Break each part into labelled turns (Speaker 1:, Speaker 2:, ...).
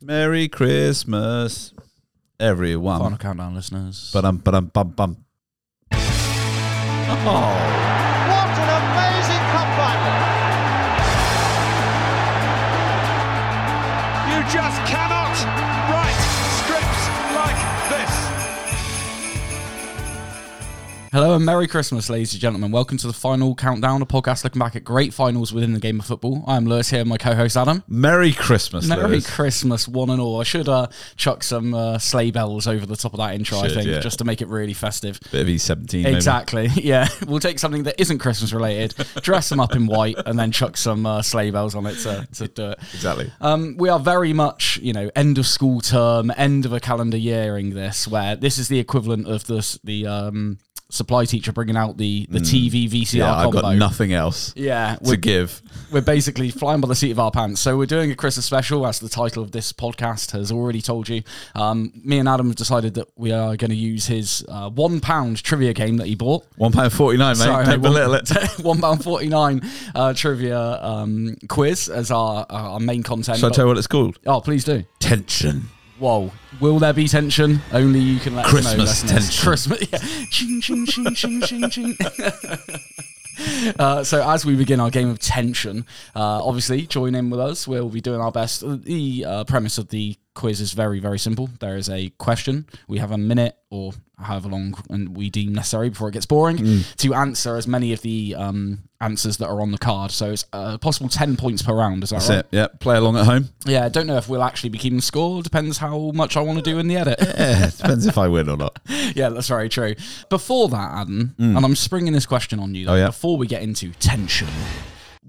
Speaker 1: Merry Christmas, everyone.
Speaker 2: Final countdown, listeners.
Speaker 1: Ba-dum, ba-dum, bum, bum. Oh,
Speaker 3: What an amazing cup final!
Speaker 4: You just cannot write scripts like this.
Speaker 2: Hello and Merry Christmas, ladies and gentlemen. Welcome to the final countdown, a podcast looking back at great finals within the game of football. I'm Lewis here, with my co-host Adam.
Speaker 1: Merry Christmas,
Speaker 2: Merry
Speaker 1: Lewis.
Speaker 2: Christmas, one and all. I should uh, chuck some uh, sleigh bells over the top of that intro, I
Speaker 1: Should,
Speaker 2: think,
Speaker 1: yeah.
Speaker 2: just to make it really festive.
Speaker 1: Bit of E17, maybe.
Speaker 2: Exactly. Yeah, we'll take something that isn't Christmas related, dress them up in white, and then chuck some uh, sleigh bells on it to, to do it.
Speaker 1: Exactly.
Speaker 2: Um, we are very much, you know, end of school term, end of a calendar yearing. This where this is the equivalent of this the um, supply teacher bringing out the the TV VCR
Speaker 1: Hmm. yeah, I've
Speaker 2: combo.
Speaker 1: got nothing else
Speaker 2: Yeah,
Speaker 1: to
Speaker 2: we're,
Speaker 1: give.
Speaker 2: we're basically flying by the seat of our pants. So we're doing a Christmas special, as the title of this podcast has already told you. Um, me and Adam have decided that we are going to use his uh, one pound trivia game that he bought.
Speaker 1: £1.49, mate.
Speaker 2: Sorry,
Speaker 1: Take
Speaker 2: mate,
Speaker 1: the
Speaker 2: one-
Speaker 1: little it.
Speaker 2: One pound forty nine uh, trivia um, quiz as our our main content.
Speaker 1: Shall I
Speaker 2: But-
Speaker 1: tell you what it's called?
Speaker 2: oh, please do.
Speaker 1: Tension.
Speaker 2: Whoa. Will there be tension? Only you can let us know.
Speaker 1: Christmas
Speaker 2: listeners.
Speaker 1: tension.
Speaker 2: Christmas. Yeah. Ching, ching, ching, ching, ching, ching. Uh, so as we begin our game of tension, uh, obviously join in with us. We'll be doing our best. The uh, premise of the quiz is very, very simple. There is a question. We have a minute or however long and we deem necessary before it gets boring
Speaker 1: Mm.
Speaker 2: to answer as many of the um, answers that are on the card. So it's a possible ten points per round. Is that
Speaker 1: That's
Speaker 2: right?
Speaker 1: it. Yeah, play along at home.
Speaker 2: Yeah, I don't know if we'll actually be keeping score. Depends how much I want to do in the edit.
Speaker 1: Yeah, depends if I win or not.
Speaker 2: yeah, that's very true. Before that, Adam, and I'm springing this question on you.
Speaker 1: Mm.
Speaker 2: Though,
Speaker 1: Oh, yeah.
Speaker 2: Before we get into tension,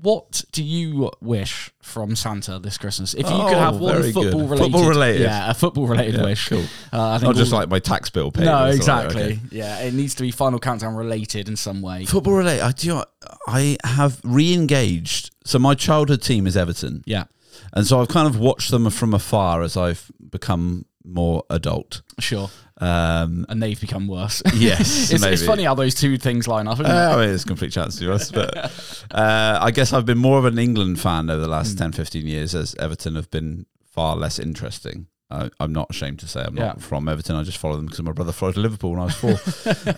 Speaker 2: what do you wish from Santa this Christmas? If you could
Speaker 1: Oh,
Speaker 2: have one
Speaker 1: very good.
Speaker 2: football related,
Speaker 1: Football-related.
Speaker 2: yeah, a football related
Speaker 1: Yeah,
Speaker 2: wish.
Speaker 1: cool.
Speaker 2: Uh, I think
Speaker 1: Not just
Speaker 2: all-
Speaker 1: like my tax bill paid.
Speaker 2: no,
Speaker 1: or something like that,
Speaker 2: exactly.
Speaker 1: okay.
Speaker 2: Yeah, it needs to be final countdown related in some way.
Speaker 1: Football related, I do. you know what? I have re-engaged. So my childhood team is Everton.
Speaker 2: yeah,
Speaker 1: And so I've kind of watched them from afar as I've become more adult.
Speaker 2: sure.
Speaker 1: Um,
Speaker 2: And they've become worse.
Speaker 1: yes,
Speaker 2: it's,
Speaker 1: maybe.
Speaker 2: it's funny how those two things line up. Isn't it?
Speaker 1: Uh, I mean, it's a complete chance to us, but uh, I guess I've been more of an England fan over the
Speaker 2: Hmm.
Speaker 1: last 10, 15 years as Everton have been far less interesting. I, I'm not ashamed to say I'm not
Speaker 2: Yeah.
Speaker 1: from Everton. I just follow them because my brother followed Liverpool when I was four.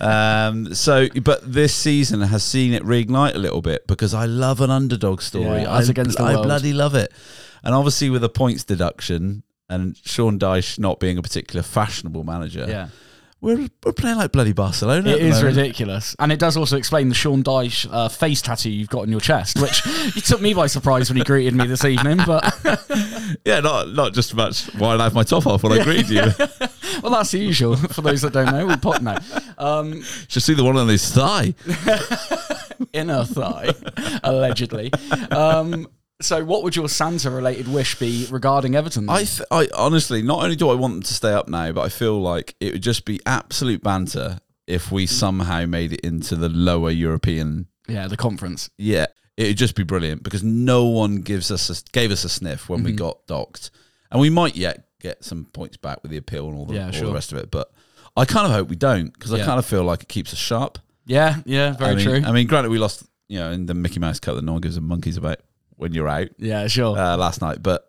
Speaker 1: um, so, but this season has seen it reignite a little bit because I love an underdog story.
Speaker 2: Yeah,
Speaker 1: I,
Speaker 2: us against the
Speaker 1: I
Speaker 2: world.
Speaker 1: bloody love it. And obviously, with a points deduction and Sean Dyche not being a particular fashionable manager,
Speaker 2: yeah.
Speaker 1: we're, we're playing like bloody Barcelona. at
Speaker 2: It
Speaker 1: the
Speaker 2: is
Speaker 1: moment.
Speaker 2: ridiculous, and it does also explain the Sean Dyche uh, face tattoo you've got on your chest, which it took me by surprise when he greeted me this evening. But
Speaker 1: Yeah, not not just much. Why did I have my top off when I greeted you?
Speaker 2: well, that's the usual for those that don't know. We pop now um,
Speaker 1: Should see the one on his thigh.
Speaker 2: inner thigh, allegedly. Um, so, what would your Santa-related wish be regarding Everton?
Speaker 1: I, th- I honestly, not only do I want them to stay up now, but I feel like it would just be absolute banter if
Speaker 2: Mm.
Speaker 1: we somehow made it into the lower European.
Speaker 2: yeah, the conference.
Speaker 1: Yeah, it would just be brilliant because no one gives us a, gave us a sniff when we
Speaker 2: Mm-hmm.
Speaker 1: got docked, and we might yet get some points back with the appeal and all the,
Speaker 2: Yeah,
Speaker 1: all
Speaker 2: sure.
Speaker 1: the rest of it. But I kind of hope we don't because I
Speaker 2: Yeah.
Speaker 1: kind of feel like it keeps us sharp.
Speaker 2: Yeah, yeah, very
Speaker 1: I mean, um,
Speaker 2: true.
Speaker 1: I mean, granted, we lost, you know, in the Mickey Mouse Cup that no one gives a monkeys about when you're out
Speaker 2: yeah, sure.
Speaker 1: uh, last night. But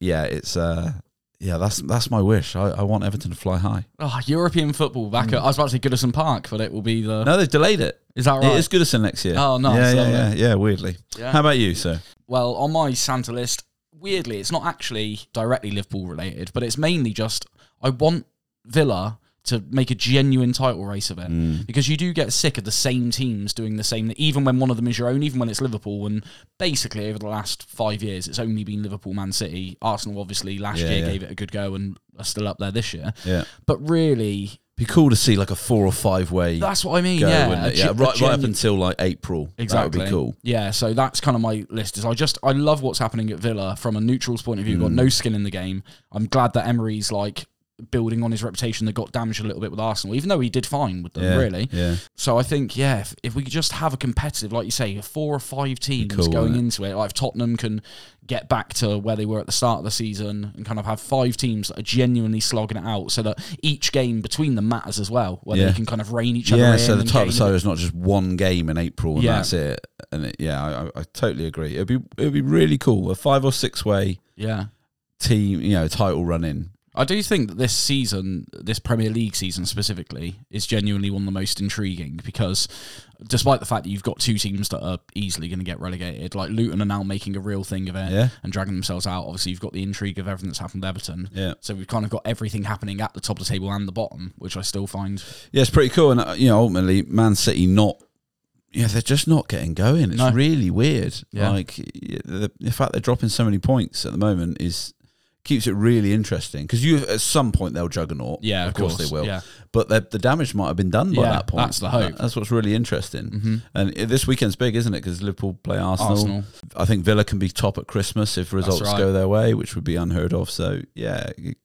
Speaker 1: yeah, it's uh, yeah, that's that's my wish. I, I want Everton to fly high.
Speaker 2: oh, European football back at. I was about to say Goodison Park, but it will be the.
Speaker 1: No, they've delayed it.
Speaker 2: Is that right?
Speaker 1: It is Goodison next year.
Speaker 2: Oh, nice,
Speaker 1: Yeah, yeah, yeah,
Speaker 2: lovely.
Speaker 1: yeah. Weirdly,
Speaker 2: Yeah.
Speaker 1: how about you, sir?
Speaker 2: Well, on my Santa list, weirdly, it's not actually directly Liverpool related, but it's mainly just I want Villa to make a genuine title race of it
Speaker 1: Mm.
Speaker 2: because you do get sick of the same teams doing the same even when one of them is your own even when it's liverpool and basically over the last five years it's only been liverpool man city arsenal obviously last
Speaker 1: Yeah,
Speaker 2: year
Speaker 1: yeah.
Speaker 2: gave it a good go and are still up there this year
Speaker 1: Yeah,
Speaker 2: but really
Speaker 1: be cool to see like a four or five way go,
Speaker 2: that's what i mean yeah,
Speaker 1: wouldn't
Speaker 2: a
Speaker 1: it?
Speaker 2: ge-
Speaker 1: Yeah,
Speaker 2: a
Speaker 1: right, right up
Speaker 2: genu-
Speaker 1: until like April.
Speaker 2: Exactly.
Speaker 1: that would be cool.
Speaker 2: Yeah, so that's kind of my list. Is I just I love what's happening at Villa from a neutral's point of view. Got
Speaker 1: Mm.
Speaker 2: no skin in the game. I'm glad that Emery's like building on his reputation that got damaged a little bit with Arsenal, even though he did fine with them.
Speaker 1: Yeah,
Speaker 2: really.
Speaker 1: Yeah.
Speaker 2: So I think yeah, if, if we could just have a competitive, like you say, four or five teams
Speaker 1: cool,
Speaker 2: going
Speaker 1: wouldn't it?
Speaker 2: into it, like if Tottenham can get back to where they were at the start of the season and kind of have five teams that are genuinely slogging it out, so that each game between them matters as well, where
Speaker 1: Yeah.
Speaker 2: they can kind of rein each other
Speaker 1: Yeah,
Speaker 2: in.
Speaker 1: so the
Speaker 2: and
Speaker 1: title
Speaker 2: gain-
Speaker 1: side is not just one game in April and
Speaker 2: Yeah.
Speaker 1: that's it. And it, yeah, I, I, I totally agree. It'd be it'd be really cool a five or six way
Speaker 2: Yeah.
Speaker 1: team, you know, title run in.
Speaker 2: I do think that this season, this Premier League season specifically, is genuinely one of the most intriguing because despite the fact that you've got two teams that are easily going to get relegated, like Luton are now making a real thing of it
Speaker 1: Yeah.
Speaker 2: and dragging themselves out. Obviously, you've got the intrigue of everything that's happened with Everton.
Speaker 1: Yeah.
Speaker 2: So we've kind of got everything happening at the top of the table and the bottom, which I still find.
Speaker 1: Yeah, it's pretty cool. And, uh, you know, ultimately, Man City not, yeah, they're just not getting going. It's
Speaker 2: No.
Speaker 1: really weird.
Speaker 2: Yeah.
Speaker 1: Like, y- the, the fact they're dropping so many points at the moment is keeps it really interesting because you at some point they'll juggernaut
Speaker 2: Yeah,
Speaker 1: of
Speaker 2: of
Speaker 1: course,
Speaker 2: course,
Speaker 1: they will
Speaker 2: yeah.
Speaker 1: but the, the damage might have been done by
Speaker 2: Yeah,
Speaker 1: that point
Speaker 2: that's the hope. Mm-hmm.
Speaker 1: that's what's really interesting and i- this weekend's big isn't it because liverpool play arsenal.
Speaker 2: Arsenal.
Speaker 1: i think villa can be top at christmas if results
Speaker 2: right.
Speaker 1: go their way which would be unheard of so yeah it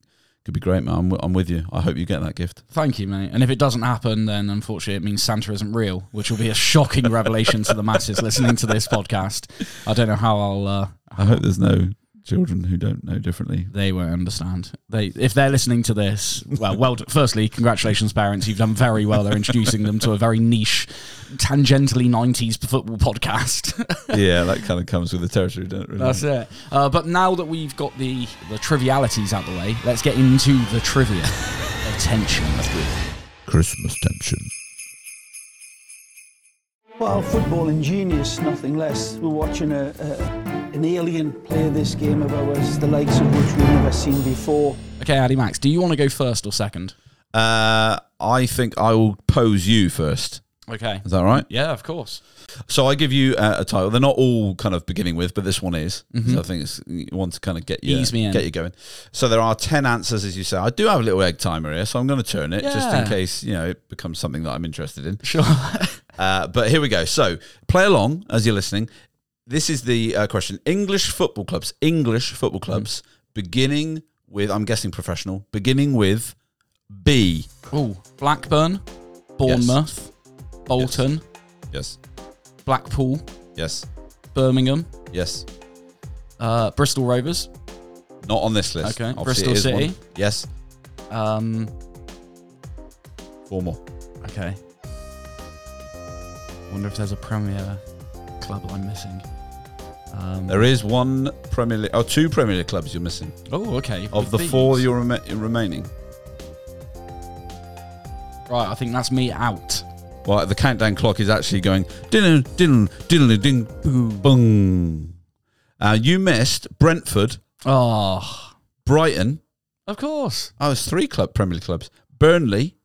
Speaker 1: could be great man I'm, wi- I'm with you i hope you get that gift
Speaker 2: Thank you, mate. And if it doesn't happen, then unfortunately it means Santa isn't real, which will be a shocking revelation to the masses listening to this podcast. I don't know how I'll. Uh,
Speaker 1: I hope there's no children who don't know differently.
Speaker 2: They won't understand. They, if they're listening to this, well, well. d- Firstly, congratulations, parents. You've done very well. They're introducing them to a very niche, tangentially '90s football podcast.
Speaker 1: yeah, that kind of comes with the territory, don't really.
Speaker 2: That's it. Uh, but now that we've got the the trivialities out the way, let's get into the trivia. Attention.
Speaker 1: Christmas tension.
Speaker 5: Well, football and genius, nothing less. We're watching a, a, an alien play this game of ours, the likes of which we've never seen before.
Speaker 2: Okay, Addy Max, do you want to go first or second?
Speaker 1: Uh, I think I will pose you first.
Speaker 2: Okay.
Speaker 1: Is that right?
Speaker 2: Yeah, of course.
Speaker 1: So I give you uh, a title. They're not all kind of beginning with, but this one is. So I think it's you want to kind of get you
Speaker 2: Mm-hmm. Ease me in.
Speaker 1: get you going. So there are ten answers, as you say. I do have a little egg timer here, so I'm going to turn it just in
Speaker 2: Yeah.
Speaker 1: case you know it becomes something that I'm interested in.
Speaker 2: Sure.
Speaker 1: Uh, but here we go. So play along as you're listening. This is the uh, question: English football clubs, English football
Speaker 2: Mm-hmm.
Speaker 1: clubs, beginning with I'm guessing professional, beginning with B.
Speaker 2: Ooh, Blackburn, Bournemouth, Bolton,
Speaker 1: Yes,
Speaker 2: Blackpool,
Speaker 1: yes,
Speaker 2: Birmingham,
Speaker 1: yes.
Speaker 2: uh, Bristol Rovers.
Speaker 1: Not on this list.
Speaker 2: Okay.
Speaker 1: it
Speaker 2: Bristol
Speaker 1: is one.
Speaker 2: City.
Speaker 1: Yes,
Speaker 2: Um,
Speaker 1: four more.
Speaker 2: okay. Wonder if there's a Premier club I'm missing. Um,
Speaker 1: There is one Premier League, or two Premier League clubs you're missing
Speaker 2: oh, okay.
Speaker 1: of
Speaker 2: With
Speaker 1: the
Speaker 2: these.
Speaker 1: four you're rema- remaining.
Speaker 2: right, I think that's me out.
Speaker 1: Well, the countdown clock is actually going ding ding ding ding boo boom. Uh, you missed Brentford,
Speaker 2: Oh,
Speaker 1: Brighton.
Speaker 2: of course.
Speaker 1: Oh, it's three club Premier League clubs: Burnley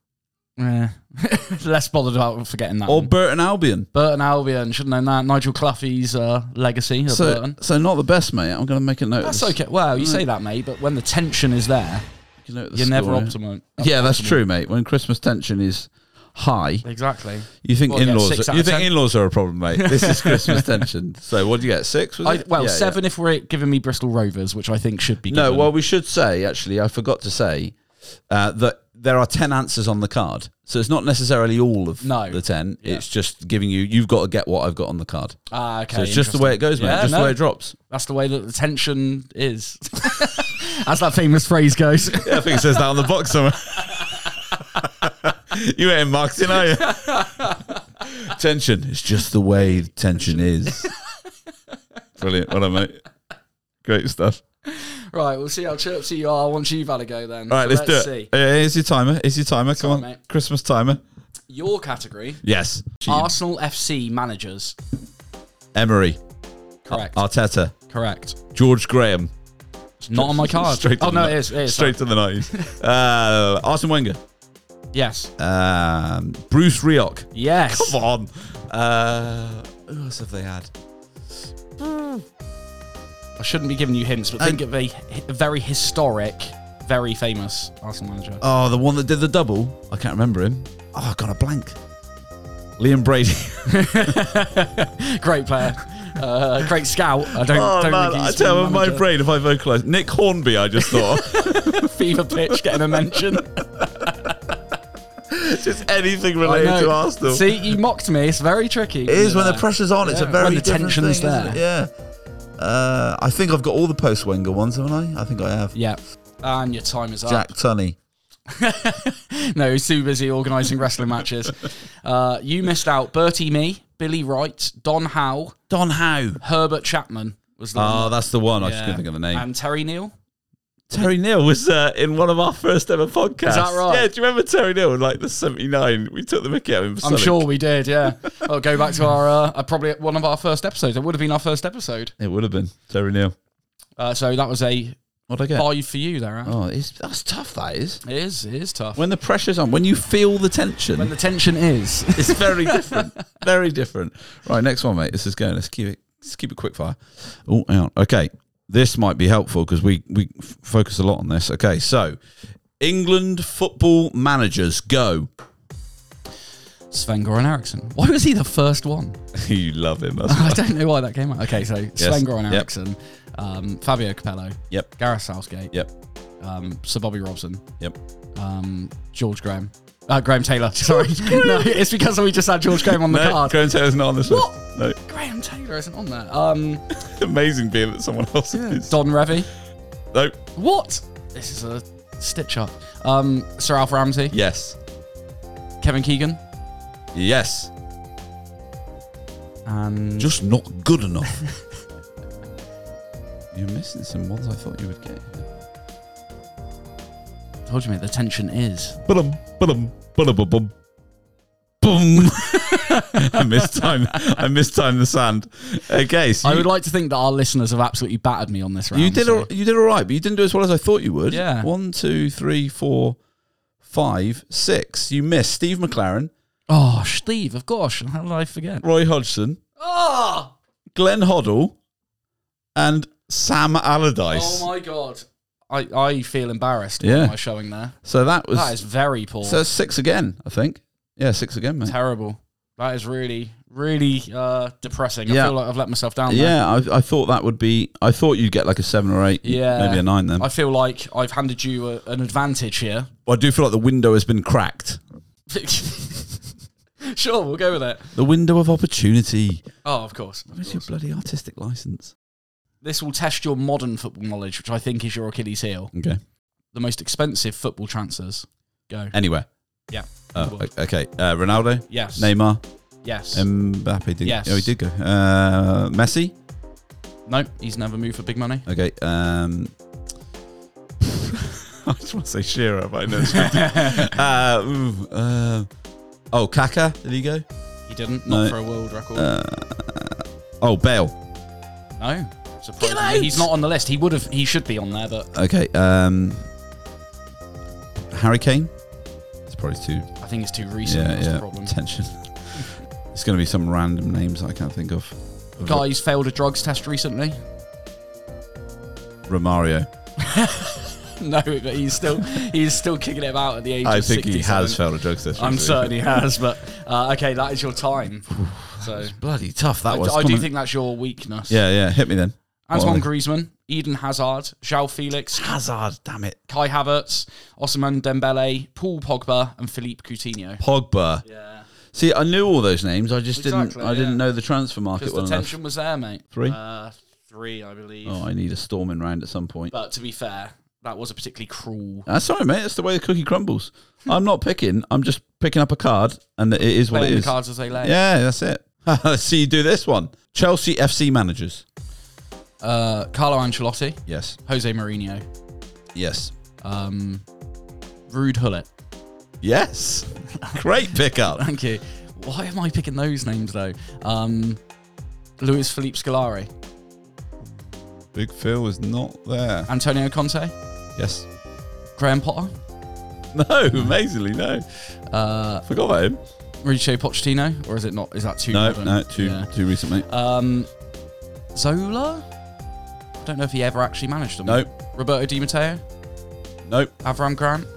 Speaker 2: Yeah. Less bothered about forgetting that.
Speaker 1: or
Speaker 2: one.
Speaker 1: Burton Albion.
Speaker 2: Burton Albion, should have known that. Nigel Cloughey's uh, legacy at
Speaker 1: So,
Speaker 2: Burton.
Speaker 1: so not the best, mate. I'm going to make a note.
Speaker 2: That's
Speaker 1: of this.
Speaker 2: okay. Well, you say that, mate, but when the tension is there,
Speaker 1: Make a note of the
Speaker 2: you're never
Speaker 1: score.
Speaker 2: optimal.
Speaker 1: Yeah, that's true, mate. When Christmas tension is high,
Speaker 2: Exactly.
Speaker 1: you think
Speaker 2: Well, yeah,
Speaker 1: in-laws.
Speaker 2: six out
Speaker 1: you
Speaker 2: of
Speaker 1: think
Speaker 2: ten.
Speaker 1: in-laws are a problem, mate. This is Christmas tension. So, what do you get? Six? Was
Speaker 2: I,
Speaker 1: it?
Speaker 2: well,
Speaker 1: Yeah, yeah.
Speaker 2: seven if we're giving me Bristol Rovers, which I think should be.
Speaker 1: No,
Speaker 2: given.
Speaker 1: well, we should say actually, I forgot to say uh, that there are ten answers on the card, so it's not necessarily all of
Speaker 2: No.
Speaker 1: the ten. It's just giving you. You've got to get what I've got on the card.
Speaker 2: Ah, okay.
Speaker 1: So it's just the
Speaker 2: interesting.
Speaker 1: way it goes, mate.
Speaker 2: Yeah,
Speaker 1: just the
Speaker 2: no,
Speaker 1: way it drops.
Speaker 2: That's the way that the tension is. As that famous phrase goes.
Speaker 1: Yeah, I think it says that on the box somewhere. you ain't in marketing, are you? tension. It's just the way tension is. Brilliant. What well done, mate. Great stuff.
Speaker 2: right, we'll see how chirpsy you are once you've had a go then.
Speaker 1: All right, let's, do it.
Speaker 2: See.
Speaker 1: Uh, here's your timer. Here's your timer. Come
Speaker 2: on,
Speaker 1: on,
Speaker 2: mate.
Speaker 1: Christmas timer.
Speaker 2: Your category
Speaker 1: Yes.
Speaker 2: Arsenal FC managers.
Speaker 1: Emery. Uh,
Speaker 2: Correct.
Speaker 1: Arteta,
Speaker 2: Correct.
Speaker 1: George Graham.
Speaker 2: Not on my card.
Speaker 1: Straight to
Speaker 2: oh,
Speaker 1: the
Speaker 2: no,
Speaker 1: ni-
Speaker 2: it is. It is
Speaker 1: Straight to the nineties. Uh, Arsene Wenger,
Speaker 2: Yes.
Speaker 1: um, Bruce Rioch.
Speaker 2: Yes.
Speaker 1: Come on. Uh, who else have they had?
Speaker 2: I shouldn't be giving you hints, but think of a, a very historic, very famous Arsenal manager.
Speaker 1: Oh, the one that did the double. I can't remember him. Oh, I got a blank. Liam Brady.
Speaker 2: great player. Uh, great scout. I don't,
Speaker 1: oh
Speaker 2: don't
Speaker 1: man,
Speaker 2: think
Speaker 1: I
Speaker 2: he's
Speaker 1: tell you,
Speaker 2: been
Speaker 1: my
Speaker 2: manager.
Speaker 1: brain if I vocalise. Nick Hornby, I just thought.
Speaker 2: fever pitch getting a mention.
Speaker 1: just anything related
Speaker 2: I
Speaker 1: to
Speaker 2: know.
Speaker 1: Arsenal.
Speaker 2: See, you mocked me. It's very tricky.
Speaker 1: It is when the pressure's on. It's a
Speaker 2: Yeah,
Speaker 1: very
Speaker 2: when the
Speaker 1: different
Speaker 2: tension's
Speaker 1: thing, isn't
Speaker 2: there.
Speaker 1: it? Yeah. Uh, I think I've got all the post Wenger ones, haven't I? I think I have.
Speaker 2: Yeah. And your time is
Speaker 1: Jack Tunney.
Speaker 2: up. No, he's too busy organising wrestling matches. Uh, you missed out. Bertie Me, Billy Wright, Don Howe,
Speaker 1: Don Howe.
Speaker 2: Herbert Chapman was the
Speaker 1: Oh,
Speaker 2: one.
Speaker 1: that's the one. I
Speaker 2: Yeah.
Speaker 1: just couldn't think of the name.
Speaker 2: And Terry Neal.
Speaker 1: Terry Neal was uh, in one of our first ever podcasts.
Speaker 2: Is that right?
Speaker 1: Yeah, do you remember Terry Neal in like the 79? We took the mickey out of him. for
Speaker 2: I'm
Speaker 1: Sonic.
Speaker 2: sure we did, yeah. I'll go back to our uh, uh, probably one of our first episodes. It would have been our first episode.
Speaker 1: It would have been Terry Neal.
Speaker 2: Uh, so that was a
Speaker 1: What'd I get?
Speaker 2: five for you there, Ant.
Speaker 1: Oh, it's, that's tough, that is.
Speaker 2: It is, it is tough.
Speaker 1: Oh. When the pressure's on, when you feel the tension,
Speaker 2: when the tension is.
Speaker 1: it's very different. very different. Right, next one, mate. This is going. Let's keep it. Let's keep it quick fire. Oh, hang on. Okay, this might be helpful because we we f- focus a lot on this. Okay, so England football managers go.
Speaker 2: Sven Goran Eriksson. Why was he the first one?
Speaker 1: you love him. That's
Speaker 2: I don't know why that came out. Okay, so Sven Goran
Speaker 1: Yep.
Speaker 2: Eriksson, um, Fabio Capello,
Speaker 1: Yep.
Speaker 2: Gareth Southgate,
Speaker 1: Yep.
Speaker 2: um, Sir Bobby Robson,
Speaker 1: Yep.
Speaker 2: um, George Graham, uh, Graham Taylor. Sorry, no, it's because we just had George Graham on the
Speaker 1: No,
Speaker 2: card.
Speaker 1: Graham Taylor's not on this
Speaker 2: What?
Speaker 1: list. No,
Speaker 2: Graham Taylor isn't on there. Um,
Speaker 1: amazing being that someone else is.
Speaker 2: Don Revy.
Speaker 1: No.
Speaker 2: What? This is a stitch up. Um, Sir Alf Ramsey,
Speaker 1: Yes.
Speaker 2: Kevin Keegan,
Speaker 1: Yes.
Speaker 2: and
Speaker 1: Just not good enough. You're missing some ones I thought you would get.
Speaker 2: told you mate, the tension is.
Speaker 1: Ba-dum, ba-dum, ba-dum, ba-bum. Boom! I mistimed. I mistimed the sand. Okay, so
Speaker 2: I
Speaker 1: you,
Speaker 2: would like to think that our listeners have absolutely battered me on this round.
Speaker 1: you did.
Speaker 2: so-
Speaker 1: All, you did all right, but you didn't do as well as I thought you would.
Speaker 2: Yeah.
Speaker 1: One, two, three, four, five, six. You missed Steve McLaren,
Speaker 2: Oh, Steve, of course. How did I forget?
Speaker 1: Roy Hodgson,
Speaker 2: Oh,
Speaker 1: Glenn Hoddle, and Sam Allardyce.
Speaker 2: Oh my god. I, I feel embarrassed
Speaker 1: Yeah.
Speaker 2: yeah. by my showing there.
Speaker 1: so that was
Speaker 2: That is very poor.
Speaker 1: so that's six again. I think. Yeah, six again, mate.
Speaker 2: Terrible. That is really, really uh, depressing.
Speaker 1: Yeah.
Speaker 2: I feel like I've let myself down there.
Speaker 1: Yeah, I, I thought that would be. I thought you'd get like a seven or eight.
Speaker 2: Yeah.
Speaker 1: maybe a nine then.
Speaker 2: I feel like I've handed you a, an advantage here.
Speaker 1: I do feel like the window has been cracked.
Speaker 2: sure, we'll go with it.
Speaker 1: The window of opportunity.
Speaker 2: Oh, of course. of
Speaker 1: Where's your
Speaker 2: course.
Speaker 1: bloody artistic license?
Speaker 2: This will test your modern football knowledge, which I think is your Achilles heel.
Speaker 1: Okay.
Speaker 2: The most expensive football transfers. Go.
Speaker 1: Anywhere.
Speaker 2: Yeah.
Speaker 1: Oh, o- okay. Um, Uh, Ronaldo.
Speaker 2: Yes.
Speaker 1: Neymar.
Speaker 2: Yes.
Speaker 1: Mbappe. Did,
Speaker 2: Yes.
Speaker 1: Oh, he did go. Uh, Messi.
Speaker 2: no, he's never moved for big money.
Speaker 1: Okay. Um, I just want to say Shearer, but I know. It's uh, ooh, uh, oh, Kaka. Did he go?
Speaker 2: He didn't.
Speaker 1: No.
Speaker 2: Not
Speaker 1: Uh,
Speaker 2: for a world record.
Speaker 1: Oh, Bale.
Speaker 2: no.
Speaker 1: Get out!
Speaker 2: Surprisingly, he's not on the list. He would have. He should be on there, but
Speaker 1: Okay. Um, Harry Kane. It's probably too
Speaker 2: I think it's too recent. that's the problem.
Speaker 1: Tension. it's going to be some random names I can't think of.
Speaker 2: Guys failed a drugs test recently.
Speaker 1: Romario.
Speaker 2: No, but he's still he's still kicking it about at the age.
Speaker 1: I
Speaker 2: of
Speaker 1: think he
Speaker 2: 67.
Speaker 1: has failed a drug test.
Speaker 2: I'm
Speaker 1: recently.
Speaker 2: certain he has, but uh, okay, that is your time. So
Speaker 1: Bloody tough that
Speaker 2: I,
Speaker 1: was.
Speaker 2: I
Speaker 1: Come
Speaker 2: do
Speaker 1: on.
Speaker 2: think that's your weakness.
Speaker 1: Yeah, yeah. Hit me then. Well,
Speaker 2: Antoine Griezmann, Eden Hazard, João Felix,
Speaker 1: Hazard. Damn it.
Speaker 2: Kai Havertz, Osman Dembele, Paul Pogba, and Philippe Coutinho.
Speaker 1: Pogba.
Speaker 2: Yeah,
Speaker 1: See, I knew all those names. I just
Speaker 2: Exactly,
Speaker 1: didn't. I didn't
Speaker 2: yeah.
Speaker 1: know the transfer market
Speaker 2: because
Speaker 1: well
Speaker 2: the
Speaker 1: enough.
Speaker 2: tension was there, mate.
Speaker 1: Three?
Speaker 2: uh, three, I believe.
Speaker 1: Oh, I need a storming round at some point.
Speaker 2: But to be fair, that was a particularly cruel.
Speaker 1: That's all right, mate. That's the way the cookie crumbles. I'm not picking. I'm just picking up a card, and it is what it
Speaker 2: playing the
Speaker 1: is.
Speaker 2: cards as they lay.
Speaker 1: Yeah, that's it. Let's see you do this one. Chelsea FC managers.
Speaker 2: Uh, Carlo Ancelotti,
Speaker 1: Yes.
Speaker 2: Jose Mourinho,
Speaker 1: Yes.
Speaker 2: um, Rude Hullet.
Speaker 1: Yes. Great pickup.
Speaker 2: Thank you. Why am I picking those names though? Um, Luis Felipe Scolari,
Speaker 1: Big Phil was not there.
Speaker 2: Antonio Conte,
Speaker 1: Yes.
Speaker 2: Graham Potter,
Speaker 1: No, amazingly, no.
Speaker 2: uh,
Speaker 1: Forgot about him.
Speaker 2: Mauricio Pochettino, or is it not? Is that too?
Speaker 1: No,
Speaker 2: modern?
Speaker 1: no, too
Speaker 2: Yeah.
Speaker 1: too recent, mate.
Speaker 2: Um, Zola. I don't know if he ever actually managed them.
Speaker 1: Nope.
Speaker 2: Roberto Di Matteo,
Speaker 1: Nope.
Speaker 2: Avram Grant.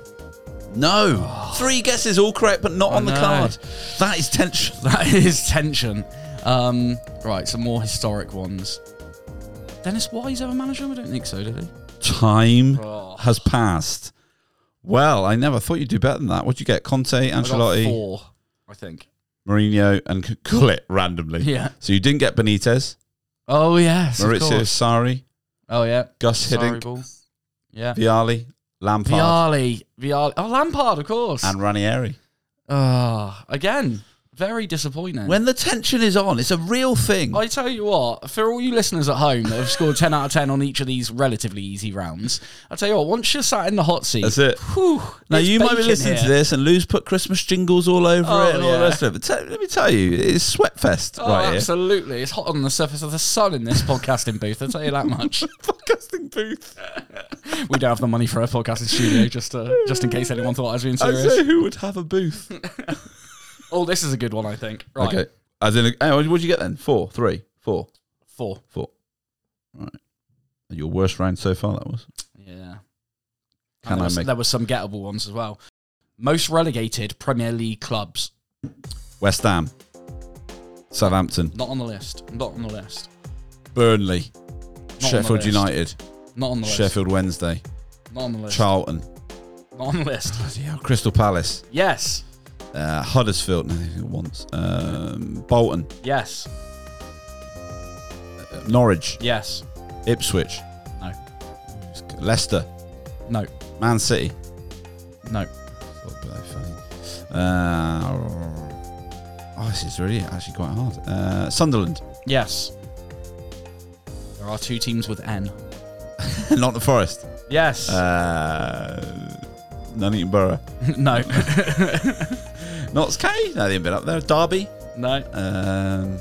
Speaker 2: Oh.
Speaker 1: No. Three guesses all correct, but not on the
Speaker 2: know.
Speaker 1: card. That is tension.
Speaker 2: That is tension. Um, right, some more historic ones. Dennis Wise ever managed them? I don't think so, did he?
Speaker 1: Time
Speaker 2: Oh.
Speaker 1: has passed. Well, I never thought you'd do better than that. What'd you get? Conte,
Speaker 2: I got
Speaker 1: Ancelotti,
Speaker 2: four, I think.
Speaker 1: Mourinho, and C- Gullit randomly.
Speaker 2: Yeah.
Speaker 1: So you didn't get Benitez,
Speaker 2: Oh yes, of
Speaker 1: Maurizio
Speaker 2: course.
Speaker 1: Sarri,
Speaker 2: Oh yeah.
Speaker 1: Gus
Speaker 2: Sorry,
Speaker 1: Hiddink,
Speaker 2: ball. Yeah.
Speaker 1: Viali, Lampard,
Speaker 2: Viali, Viali. Oh, Lampard, of course.
Speaker 1: and Ranieri.
Speaker 2: Ah, again, Very disappointing.
Speaker 1: When the tension is on, it's a real thing.
Speaker 2: I tell you what, for all you listeners at home that have scored 10 out of 10 on each of these relatively easy rounds, I tell you what, once you're sat in the hot seat,
Speaker 1: That's it.
Speaker 2: Whew,
Speaker 1: now
Speaker 2: it's
Speaker 1: you might be
Speaker 2: baking
Speaker 1: listening to
Speaker 2: here.
Speaker 1: this, and Lou's put Christmas jingles all over
Speaker 2: Oh,
Speaker 1: it and all the
Speaker 2: yeah.
Speaker 1: rest of it. But te- let me tell you, it's sweat fest
Speaker 2: Oh,
Speaker 1: right here.
Speaker 2: absolutely. It's hot on the surface of the sun in this podcasting booth, I'll tell you that much.
Speaker 1: Podcasting booth.
Speaker 2: we don't have the money for a podcasting studio, just uh, just in case anyone thought I was being
Speaker 1: I
Speaker 2: serious.
Speaker 1: say, who would have a booth?
Speaker 2: Oh, this is a good one, I think. Right,
Speaker 1: Okay. As in, a- oh, what'd you get then? Four, three, four,
Speaker 2: four.
Speaker 1: four. All right. Your worst round so far, that was.
Speaker 2: Yeah.
Speaker 1: Can
Speaker 2: And there,
Speaker 1: I
Speaker 2: was,
Speaker 1: make-
Speaker 2: there were some gettable ones as well. Most relegated Premier League clubs.
Speaker 1: West Ham, Southampton,
Speaker 2: Not on the list. Not on the list.
Speaker 1: Burnley,
Speaker 2: Not on the
Speaker 1: Sheffield
Speaker 2: list.
Speaker 1: United,
Speaker 2: Not on the list.
Speaker 1: Sheffield Wednesday,
Speaker 2: Not on the list.
Speaker 1: Charlton,
Speaker 2: Not on the list.
Speaker 1: Crystal Palace,
Speaker 2: Yes.
Speaker 1: uh, Huddersfield, no, who once, um, Bolton,
Speaker 2: Yes.
Speaker 1: uh, Norwich,
Speaker 2: Yes.
Speaker 1: Ipswich,
Speaker 2: No.
Speaker 1: Leicester,
Speaker 2: No.
Speaker 1: Man City.
Speaker 2: No.
Speaker 1: Oh, bloody funny. Uh, oh, this is really actually quite hard. Uh, Sunderland,
Speaker 2: Yes. There are two teams with N.
Speaker 1: not the Forest.
Speaker 2: Yes.
Speaker 1: Uh, Nuneaton Borough.
Speaker 2: no.
Speaker 1: Notts County? No, they haven't been up there. Derby.
Speaker 2: no.
Speaker 1: Um,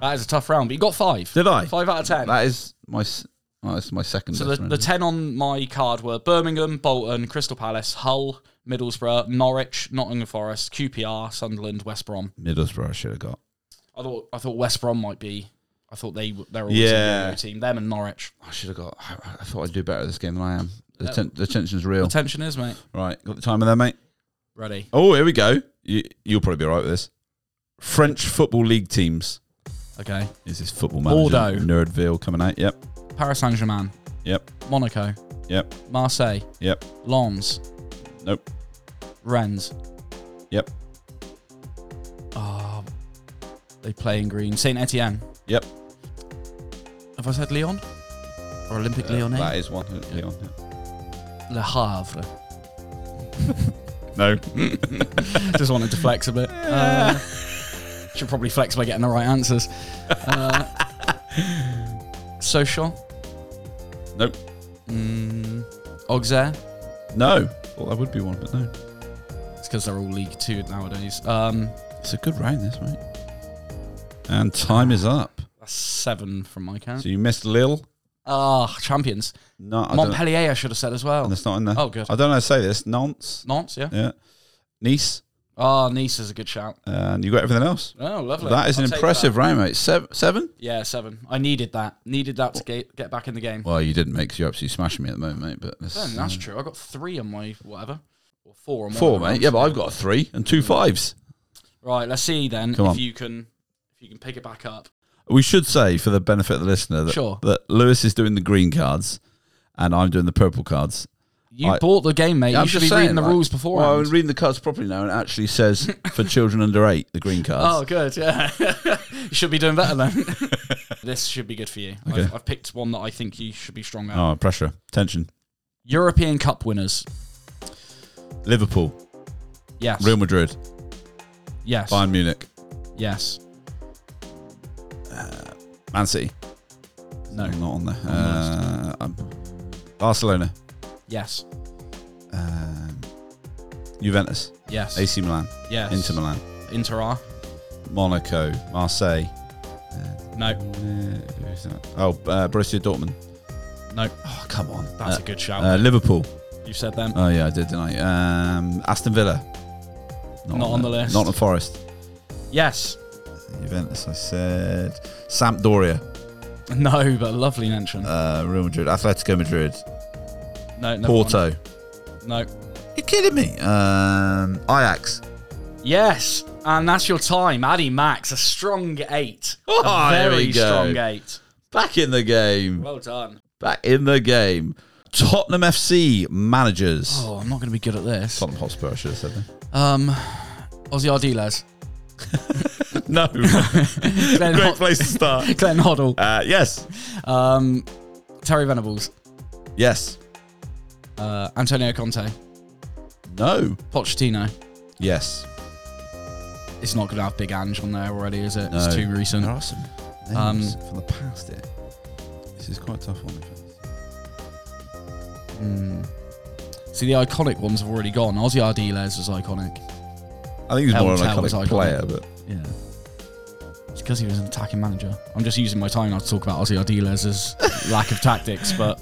Speaker 2: That is a tough round, but you got five.
Speaker 1: Did I?
Speaker 2: Five out of ten.
Speaker 1: that is my s- oh, that's my second.
Speaker 2: So
Speaker 1: best
Speaker 2: the,
Speaker 1: round.
Speaker 2: the 10 on my card were Birmingham, Bolton, Crystal Palace, Hull, Middlesbrough, Norwich, Nottingham Forest, QPR, Sunderland, West Brom.
Speaker 1: Middlesbrough I should have got.
Speaker 2: I thought I thought West Brom might be. I thought they w- they're always
Speaker 1: Yeah.
Speaker 2: a yo team. Them and Norwich.
Speaker 1: I should have got. I, I thought I'd do better at this game than I am. The, ten, the tension's real.
Speaker 2: Attention is mate.
Speaker 1: right, got the timer there, mate.
Speaker 2: Ready.
Speaker 1: Oh, here we go. You, you'll probably be all right with this. French football league teams.
Speaker 2: Okay.
Speaker 1: Is this football manager?
Speaker 2: Bordeaux.
Speaker 1: Nerdville coming out. Yep,
Speaker 2: Paris Saint Germain,
Speaker 1: yep,
Speaker 2: Monaco,
Speaker 1: yep,
Speaker 2: Marseille,
Speaker 1: yep.
Speaker 2: Lens,
Speaker 1: Nope.
Speaker 2: Rennes.
Speaker 1: Yep,
Speaker 2: Ah, they play in green. Saint Etienne.
Speaker 1: yep.
Speaker 2: Have I said Lyon? Or Olympic
Speaker 1: Uh,
Speaker 2: Lyonnais?
Speaker 1: that is one. Leon, yeah.
Speaker 2: Le Havre.
Speaker 1: No. mm,
Speaker 2: Just wanted to flex a bit. Uh, should probably flex by getting the right answers. Uh, Sochaux,
Speaker 1: nope.
Speaker 2: mm, Auxerre.
Speaker 1: No. Well, that would be one, but no.
Speaker 2: It's because they're all League Two nowadays. Um,
Speaker 1: It's a good round, this, mate. And time is up.
Speaker 2: that's seven from my count.
Speaker 1: So you missed Lille.
Speaker 2: Ah, champions.
Speaker 1: No, I don't know.
Speaker 2: Montpellier, I should have said as well.
Speaker 1: That's not in there.
Speaker 2: Oh, good.
Speaker 1: I don't know how to say this. Nantes.
Speaker 2: Nantes, yeah.
Speaker 1: Yeah. Nice.
Speaker 2: Ah, Nice is a good shout.
Speaker 1: And you got everything else.
Speaker 2: Oh, lovely.
Speaker 1: That is
Speaker 2: I'll
Speaker 1: an
Speaker 2: take
Speaker 1: impressive
Speaker 2: that.
Speaker 1: round, mate. Seven, seven?
Speaker 2: Yeah, seven. I needed that. Needed that to get, get back in the game.
Speaker 1: Well, you didn't make because you're absolutely smashing me at the moment, mate. But this,
Speaker 2: Then that's true. I got three on my whatever, or four on one
Speaker 1: four,
Speaker 2: of the
Speaker 1: mate.
Speaker 2: rounds.
Speaker 1: Yeah, but I've got a three and two fives.
Speaker 2: Right, let's see then
Speaker 1: Come
Speaker 2: if
Speaker 1: on.
Speaker 2: you can if you can pick it back up.
Speaker 1: We should say, for the benefit of the listener, that,
Speaker 2: Sure.
Speaker 1: that Lewis is doing the green cards and I'm doing the purple cards.
Speaker 2: You
Speaker 1: I-
Speaker 2: bought the game, mate. you should be reading the
Speaker 1: like-
Speaker 2: rules before.
Speaker 1: Well, I'm reading the cards properly now, and it actually says for children under eight, the green cards.
Speaker 2: oh, good. Yeah, you should be doing better then. this should be good for you.
Speaker 1: Okay.
Speaker 2: I've, I've picked one that I think you should be strong at.
Speaker 1: Oh, pressure, tension.
Speaker 2: European Cup winners.
Speaker 1: Liverpool,
Speaker 2: Yes.
Speaker 1: Real Madrid,
Speaker 2: yes.
Speaker 1: Bayern Munich,
Speaker 2: Yes.
Speaker 1: Man City.
Speaker 2: No.
Speaker 1: I'm not on there. Uh, um, Barcelona,
Speaker 2: Yes.
Speaker 1: um, Juventus,
Speaker 2: Yes.
Speaker 1: AC Milan,
Speaker 2: yes.
Speaker 1: Inter Milan,
Speaker 2: Inter R.
Speaker 1: Monaco, Marseille.
Speaker 2: No.
Speaker 1: Uh, who's that? Oh, uh, Borussia Dortmund.
Speaker 2: No.
Speaker 1: Oh, come on.
Speaker 2: That's
Speaker 1: Uh,
Speaker 2: a good shout.
Speaker 1: uh, Liverpool.
Speaker 2: you said them.
Speaker 1: Oh yeah, I did, didn't I? Um, Aston Villa.
Speaker 2: Not on the
Speaker 1: there.
Speaker 2: list.
Speaker 1: Not on Forest.
Speaker 2: yes.
Speaker 1: Juventus, I said. Sampdoria,
Speaker 2: No, but a lovely mention.
Speaker 1: uh, Real Madrid, Atletico Madrid,
Speaker 2: no. no
Speaker 1: Porto.
Speaker 2: No.
Speaker 1: You're kidding me. Um, Ajax.
Speaker 2: Yes, and that's your time, Addy Max. A strong eight.
Speaker 1: Oh,
Speaker 2: a
Speaker 1: there
Speaker 2: very
Speaker 1: we go.
Speaker 2: strong eight.
Speaker 1: Back in the game.
Speaker 2: Well done.
Speaker 1: Back in the game. Tottenham FC managers.
Speaker 2: Oh, I'm not going to be good at this.
Speaker 1: Tottenham Hotspur, I should have said that.
Speaker 2: Um, Ozzy Ardiles,
Speaker 1: No.
Speaker 2: Glenn,
Speaker 1: Great
Speaker 2: Hod-
Speaker 1: place to start.
Speaker 2: Glenn Hoddle,
Speaker 1: Uh, yes.
Speaker 2: um, Terry Venables,
Speaker 1: Yes.
Speaker 2: uh, Antonio Conte,
Speaker 1: No.
Speaker 2: Pochettino.
Speaker 1: Yes.
Speaker 2: It's not going to have Big Ange on there already, is it?
Speaker 1: No.
Speaker 2: It's too recent.
Speaker 1: There are some
Speaker 2: Um,
Speaker 1: names from the past here. This is quite a tough one.
Speaker 2: See, the iconic ones have already gone. Ozzy Ardiles was iconic.
Speaker 1: I think he's more
Speaker 2: Elton
Speaker 1: an
Speaker 2: Towers,
Speaker 1: iconic
Speaker 2: iconic.
Speaker 1: player, but
Speaker 2: Yeah. It's because he was an attacking manager. I'm just using my time now to talk about Ozzy Ardiles' lack of tactics, but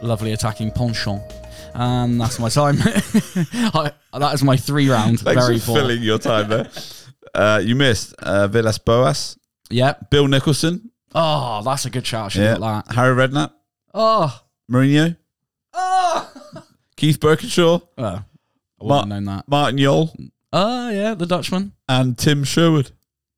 Speaker 2: lovely attacking penchant. Um, that's my time. I, that is my three round.
Speaker 1: thanks
Speaker 2: very
Speaker 1: for
Speaker 2: poor.
Speaker 1: filling your time there. uh, you missed uh, Vilas Boas,
Speaker 2: Yep.
Speaker 1: Bill Nicholson,
Speaker 2: Oh, that's a good shout. I should
Speaker 1: yeah,
Speaker 2: have got that.
Speaker 1: Harry Redknapp,
Speaker 2: Oh.
Speaker 1: Mourinho,
Speaker 2: Oh.
Speaker 1: Keith Birkinshaw,
Speaker 2: oh. I
Speaker 1: Ma-
Speaker 2: wouldn't have known that.
Speaker 1: Martin Yol,
Speaker 2: Oh, yeah, the Dutchman.
Speaker 1: and Tim Sherwood.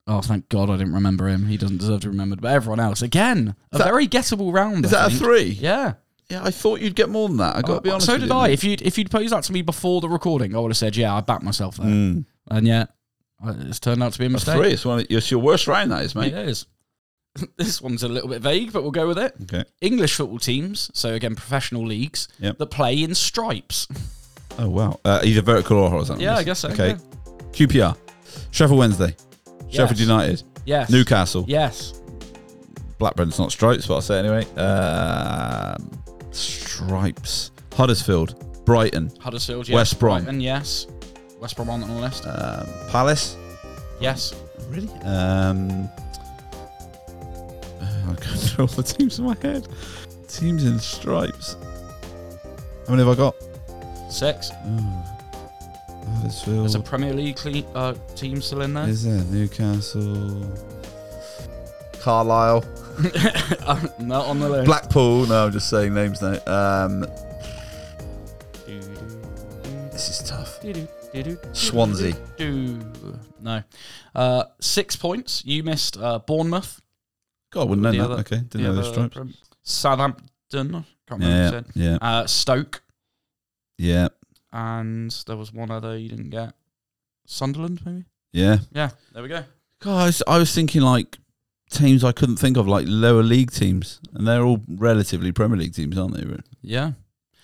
Speaker 2: Oh, thank God I didn't remember him. He doesn't deserve to be remembered. But everyone else, again, a
Speaker 1: that-
Speaker 2: very gettable round.
Speaker 1: Is
Speaker 2: I
Speaker 1: that a
Speaker 2: think.
Speaker 1: three?
Speaker 2: Yeah. Oh,
Speaker 1: Yeah, I thought you'd get more than that. I got to be honest.
Speaker 2: so
Speaker 1: with
Speaker 2: did
Speaker 1: you.
Speaker 2: I. If you'd if you'd posed that to me before the recording, I would have said, "Yeah, I backed myself there."
Speaker 1: Hmm.
Speaker 2: And yet, I- it's turned out to be a
Speaker 1: That's
Speaker 2: mistake.
Speaker 1: three. It's one. Of, it's your worst round, that is,
Speaker 2: It
Speaker 1: mate.
Speaker 2: is. this one's a little bit vague, but we'll go with it.
Speaker 1: Okay.
Speaker 2: English football teams, so again, professional leagues
Speaker 1: Yep.
Speaker 2: that play in stripes.
Speaker 1: Oh wow. Uh, either vertical or horizontal.
Speaker 2: Yeah, I guess so,
Speaker 1: Okay.
Speaker 2: yeah.
Speaker 1: QPR, Sheffield Wednesday, Sheffield
Speaker 2: Yes.
Speaker 1: United,
Speaker 2: Yes.
Speaker 1: Newcastle,
Speaker 2: Yes.
Speaker 1: Blackburn's not stripes, but I'll say it anyway. Um, stripes. Huddersfield, Brighton,
Speaker 2: Huddersfield. Yes.
Speaker 1: West Brom.
Speaker 2: Brighton, yes. West Brom on the list.
Speaker 1: um, Palace.
Speaker 2: yes.
Speaker 1: Really? Um, I can't throw all the teams in my head. Teams in stripes. How many have I got? Oh.
Speaker 2: Six.
Speaker 1: Huddersfield.
Speaker 2: There's a Premier League cle- uh, team still in there.
Speaker 1: Is there Newcastle? Carlisle.
Speaker 2: Not on the list.
Speaker 1: Blackpool. No, I'm just saying names now. Um, this is tough. Swansea.
Speaker 2: No. Uh, six points. You missed uh, Bournemouth.
Speaker 1: God, I wouldn't know
Speaker 2: The
Speaker 1: that.
Speaker 2: other-
Speaker 1: okay, didn't
Speaker 2: the
Speaker 1: know
Speaker 2: other
Speaker 1: those stripes.
Speaker 2: Prem- Southampton. Can't remember
Speaker 1: Yeah,
Speaker 2: who said.
Speaker 1: yeah,
Speaker 2: Uh, Stoke.
Speaker 1: yeah,
Speaker 2: And there was one other you didn't get. Sunderland, maybe?
Speaker 1: yeah.
Speaker 2: Yeah, there we go.
Speaker 1: God, I was, I was thinking like teams I couldn't think of, like lower league teams, and they're all relatively Premier League teams, aren't they? But
Speaker 2: Yeah. Right,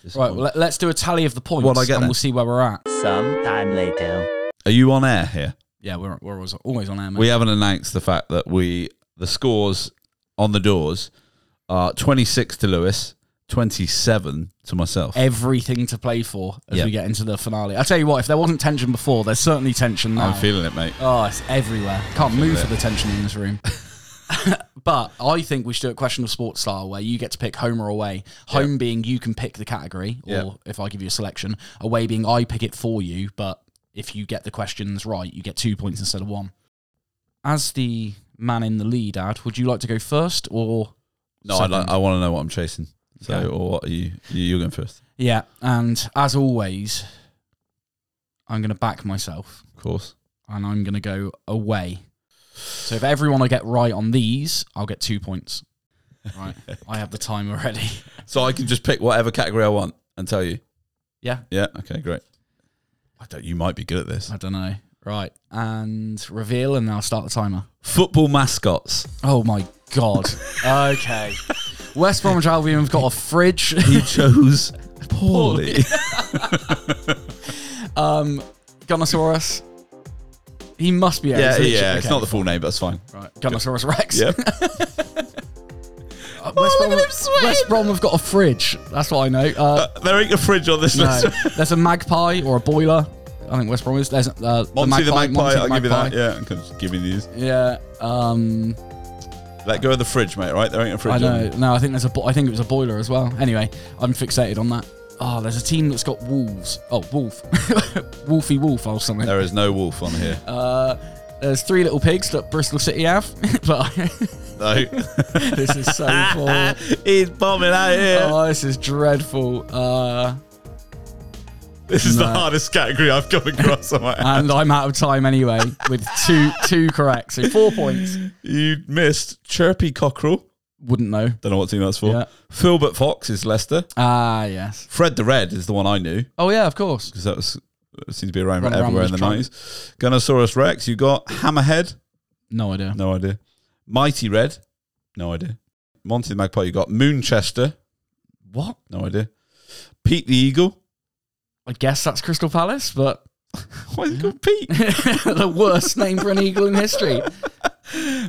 Speaker 1: disappointing.
Speaker 2: well, let- let's do a tally of the points
Speaker 1: What'd I get
Speaker 2: and
Speaker 1: then?
Speaker 2: we'll see where we're at.
Speaker 6: Some time later.
Speaker 1: Are you on air here?
Speaker 2: Yeah, we're, we're always, always on air, mate.
Speaker 1: We haven't announced the fact that we the scores on the doors are 26 to Lewis, 27 to myself.
Speaker 2: Everything to play for as
Speaker 1: Yeah.
Speaker 2: we get into the finale. I tell you what, if there wasn't tension before, there's certainly tension now.
Speaker 1: I'm feeling it, mate.
Speaker 2: Oh, it's everywhere. Can't move
Speaker 1: it.
Speaker 2: for the tension in this room. but I think we should do a question of sports style where you get to pick home or away. Home being you can pick the category, or
Speaker 1: Yeah.
Speaker 2: if I give you a selection, away being I pick it for you. But if you get the questions right, you get two points instead of one. As the man in the lead, Ad, would you like to go first or?
Speaker 1: No, I, like,
Speaker 2: second?
Speaker 1: I want to know what I'm chasing. So,
Speaker 2: Okay.
Speaker 1: or what are you? you you're going first,
Speaker 2: Yeah, and as always, I'm going to back myself.
Speaker 1: of course.
Speaker 2: and I'm going to go away. So if everyone I get right on these, I'll get two points. Right, I have the time already.
Speaker 1: So I can just pick whatever category I want and tell you.
Speaker 2: Yeah,
Speaker 1: Yeah. Okay. Great. I don't, you might be good at this.
Speaker 2: I don't know. Right, and reveal, and I'll start the timer.
Speaker 1: Football mascots.
Speaker 2: Oh my god. okay. West Bromwich Albion have got a fridge.
Speaker 1: You chose poorly.
Speaker 2: Um, Gunnosaurus. He must be.
Speaker 1: yeah.
Speaker 2: Aries,
Speaker 1: Yeah.
Speaker 2: okay.
Speaker 1: It's not the full name, but it's fine.
Speaker 2: right. Gunnosaurus Rex.
Speaker 1: Yeah.
Speaker 2: Uh, West, Brom, West Brom have got a fridge. That's what I know. Uh,
Speaker 1: there ain't a fridge on this
Speaker 2: No,
Speaker 1: list.
Speaker 2: there's a magpie or a boiler. I think West Brom is. There's uh,
Speaker 1: Monty the magpie.
Speaker 2: Monty the
Speaker 1: I'll give you that.
Speaker 2: magpie.
Speaker 1: Yeah. I'm just giving these.
Speaker 2: Yeah. Um,
Speaker 1: Let go of the fridge, mate. Right? There ain't a fridge.
Speaker 2: I
Speaker 1: on
Speaker 2: know.
Speaker 1: it.
Speaker 2: No, I think there's a. Bo- I think it was a boiler as well. Anyway, I'm fixated on that. Oh, there's a team that's got wolves. Oh, wolf, wolfy wolf or something.
Speaker 1: There is no wolf on here.
Speaker 2: Uh, there's three little pigs that Bristol City have. but
Speaker 1: no.
Speaker 2: this is so poor.
Speaker 1: He's bombing out here.
Speaker 2: Oh, this is dreadful. Uh,
Speaker 1: this is the
Speaker 2: no. Uh,
Speaker 1: hardest category I've come across on my
Speaker 2: and I'm out of time anyway with two two correct. So four points.
Speaker 1: You missed Chirpy Cockerel.
Speaker 2: Wouldn't know.
Speaker 1: Don't know what team that's for.
Speaker 2: Yeah.
Speaker 1: Philbert Fox is Leicester.
Speaker 2: Ah, yes.
Speaker 1: Fred the Red is the one I knew
Speaker 2: Oh yeah, of course.
Speaker 1: because that was it seemed to be around
Speaker 2: Ron
Speaker 1: everywhere
Speaker 2: Rambo's
Speaker 1: in the
Speaker 2: trunk.
Speaker 1: nineties. Gunnosaurus Rex. You got Hammerhead.
Speaker 2: No idea.
Speaker 1: No idea. Mighty Red. No idea. Monty the Magpie. You got Moonchester.
Speaker 2: What?
Speaker 1: No idea. Pete the Eagle.
Speaker 2: I guess that's Crystal Palace, but
Speaker 1: Why is it called Pete?
Speaker 2: the worst name for an eagle in history.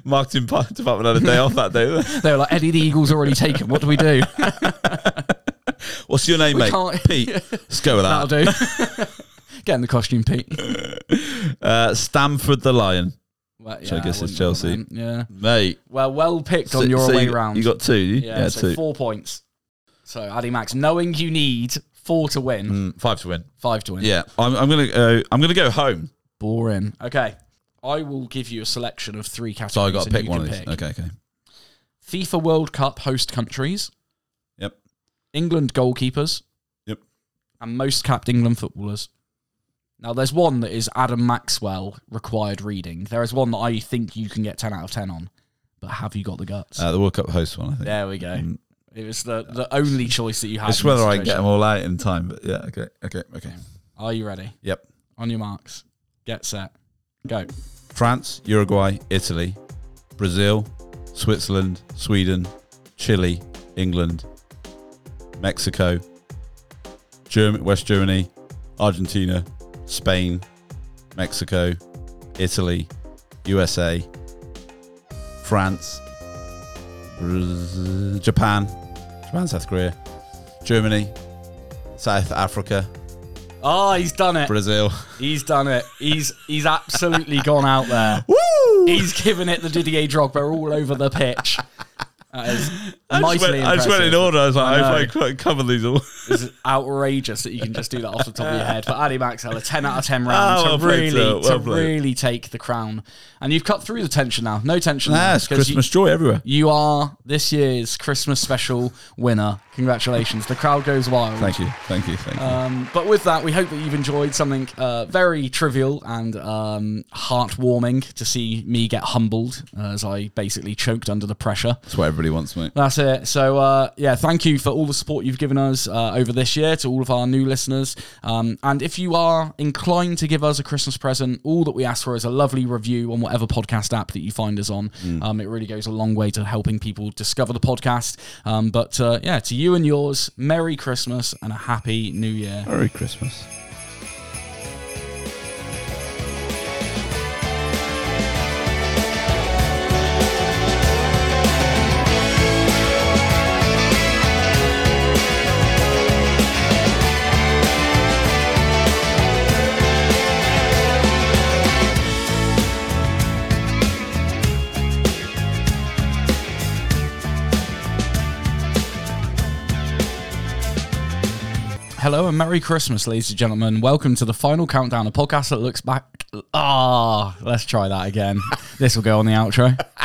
Speaker 1: Marketing pa- department had a day off that day.
Speaker 2: They were like, Eddie the Eagle's already taken. What do we do?
Speaker 1: What's your name, mate?
Speaker 2: can't-
Speaker 1: Pete. Let's go with
Speaker 2: That'll
Speaker 1: that.
Speaker 2: do. Get in the costume, Pete.
Speaker 1: Uh, Stamford the Lion,
Speaker 2: Well,
Speaker 1: So I
Speaker 2: yeah,
Speaker 1: guess it's
Speaker 2: wouldn't
Speaker 1: Chelsea.
Speaker 2: recommend, Yeah.
Speaker 1: mate.
Speaker 2: Well, well picked on your
Speaker 1: so
Speaker 2: away
Speaker 1: you,
Speaker 2: round.
Speaker 1: You got two. you?
Speaker 2: yeah, so
Speaker 1: two.
Speaker 2: four points. So Addy Max, knowing you need four to win,
Speaker 1: Mm, five to win.
Speaker 2: five to win.
Speaker 1: Yeah, I'm, I'm gonna go. I'm gonna go home.
Speaker 2: Boring. Okay. I will give you a selection of three categories.
Speaker 1: So I got to
Speaker 2: and
Speaker 1: pick
Speaker 2: you
Speaker 1: one of
Speaker 2: can
Speaker 1: these.
Speaker 2: pick.
Speaker 1: Okay, okay.
Speaker 2: FIFA World Cup host countries,
Speaker 1: Yep.
Speaker 2: England goalkeepers,
Speaker 1: Yep.
Speaker 2: and most capped England footballers. Now, there's one that is Adam Maxwell required reading. There is one that I think you can get 10 out of 10 on, but have you got the guts?
Speaker 1: Uh, the World Cup host one. I think.
Speaker 2: there we go. It was the, the only choice that you had.
Speaker 1: It's
Speaker 2: in this
Speaker 1: whether I get
Speaker 2: situation.
Speaker 1: them all out in time. But yeah. Okay. Okay. Okay.
Speaker 2: Are you ready?
Speaker 1: Yep.
Speaker 2: On your marks. Get set. Go.
Speaker 1: France, Uruguay, Italy, Brazil, Switzerland, Sweden, Chile, England, Mexico, German, West Germany, Argentina, Spain, Mexico, Italy, USA, France, Braz- Japan, Japan, South Korea, Germany, South Africa,
Speaker 2: Oh, he's done it.
Speaker 1: Brazil.
Speaker 2: He's done it. He's he's absolutely gone out there.
Speaker 1: Woo!
Speaker 2: He's given it the Didier Drogba all over the pitch. That is
Speaker 1: I just,
Speaker 2: mightily
Speaker 1: went, I just went in
Speaker 2: impressive.
Speaker 1: order. I was like,
Speaker 2: I
Speaker 1: I
Speaker 2: know.
Speaker 1: hope I quite cover these all.
Speaker 2: It's outrageous that you can just do that off the top of your head. But Adi Maxwell, a ten out of ten round
Speaker 1: Ah, well
Speaker 2: to
Speaker 1: played,
Speaker 2: really
Speaker 1: sir. Well
Speaker 2: to
Speaker 1: played.
Speaker 2: really take the crown. And you've cut through the tension now. No tension.
Speaker 1: Ah,
Speaker 2: now,
Speaker 1: it's
Speaker 2: 'cause you-
Speaker 1: Christmas joy everywhere.
Speaker 2: You are this year's Christmas special winner. Congratulations. The crowd goes wild.
Speaker 1: Thank you, thank you, thank you.
Speaker 2: Um, but with that, we hope that you've enjoyed something uh, very trivial and um, heartwarming to see me get humbled uh, as I basically choked under the pressure.
Speaker 1: That's what everybody wants, mate.
Speaker 2: That's it. So, uh, yeah, thank you for all the support you've given us uh, over this year to all of our new listeners. Um, and if you are inclined to give us a Christmas present, all that we ask for is a lovely review on whatever podcast app that you find us on. Um, it really goes a long way to helping people discover the podcast. Um, but uh, yeah, to you and yours, Merry Christmas and a Happy New Year.
Speaker 1: Merry Christmas.
Speaker 2: Hello and Merry Christmas, ladies and gentlemen. Welcome to the final countdown, a podcast that looks back. Ah, let's try that again. this will go on the outro.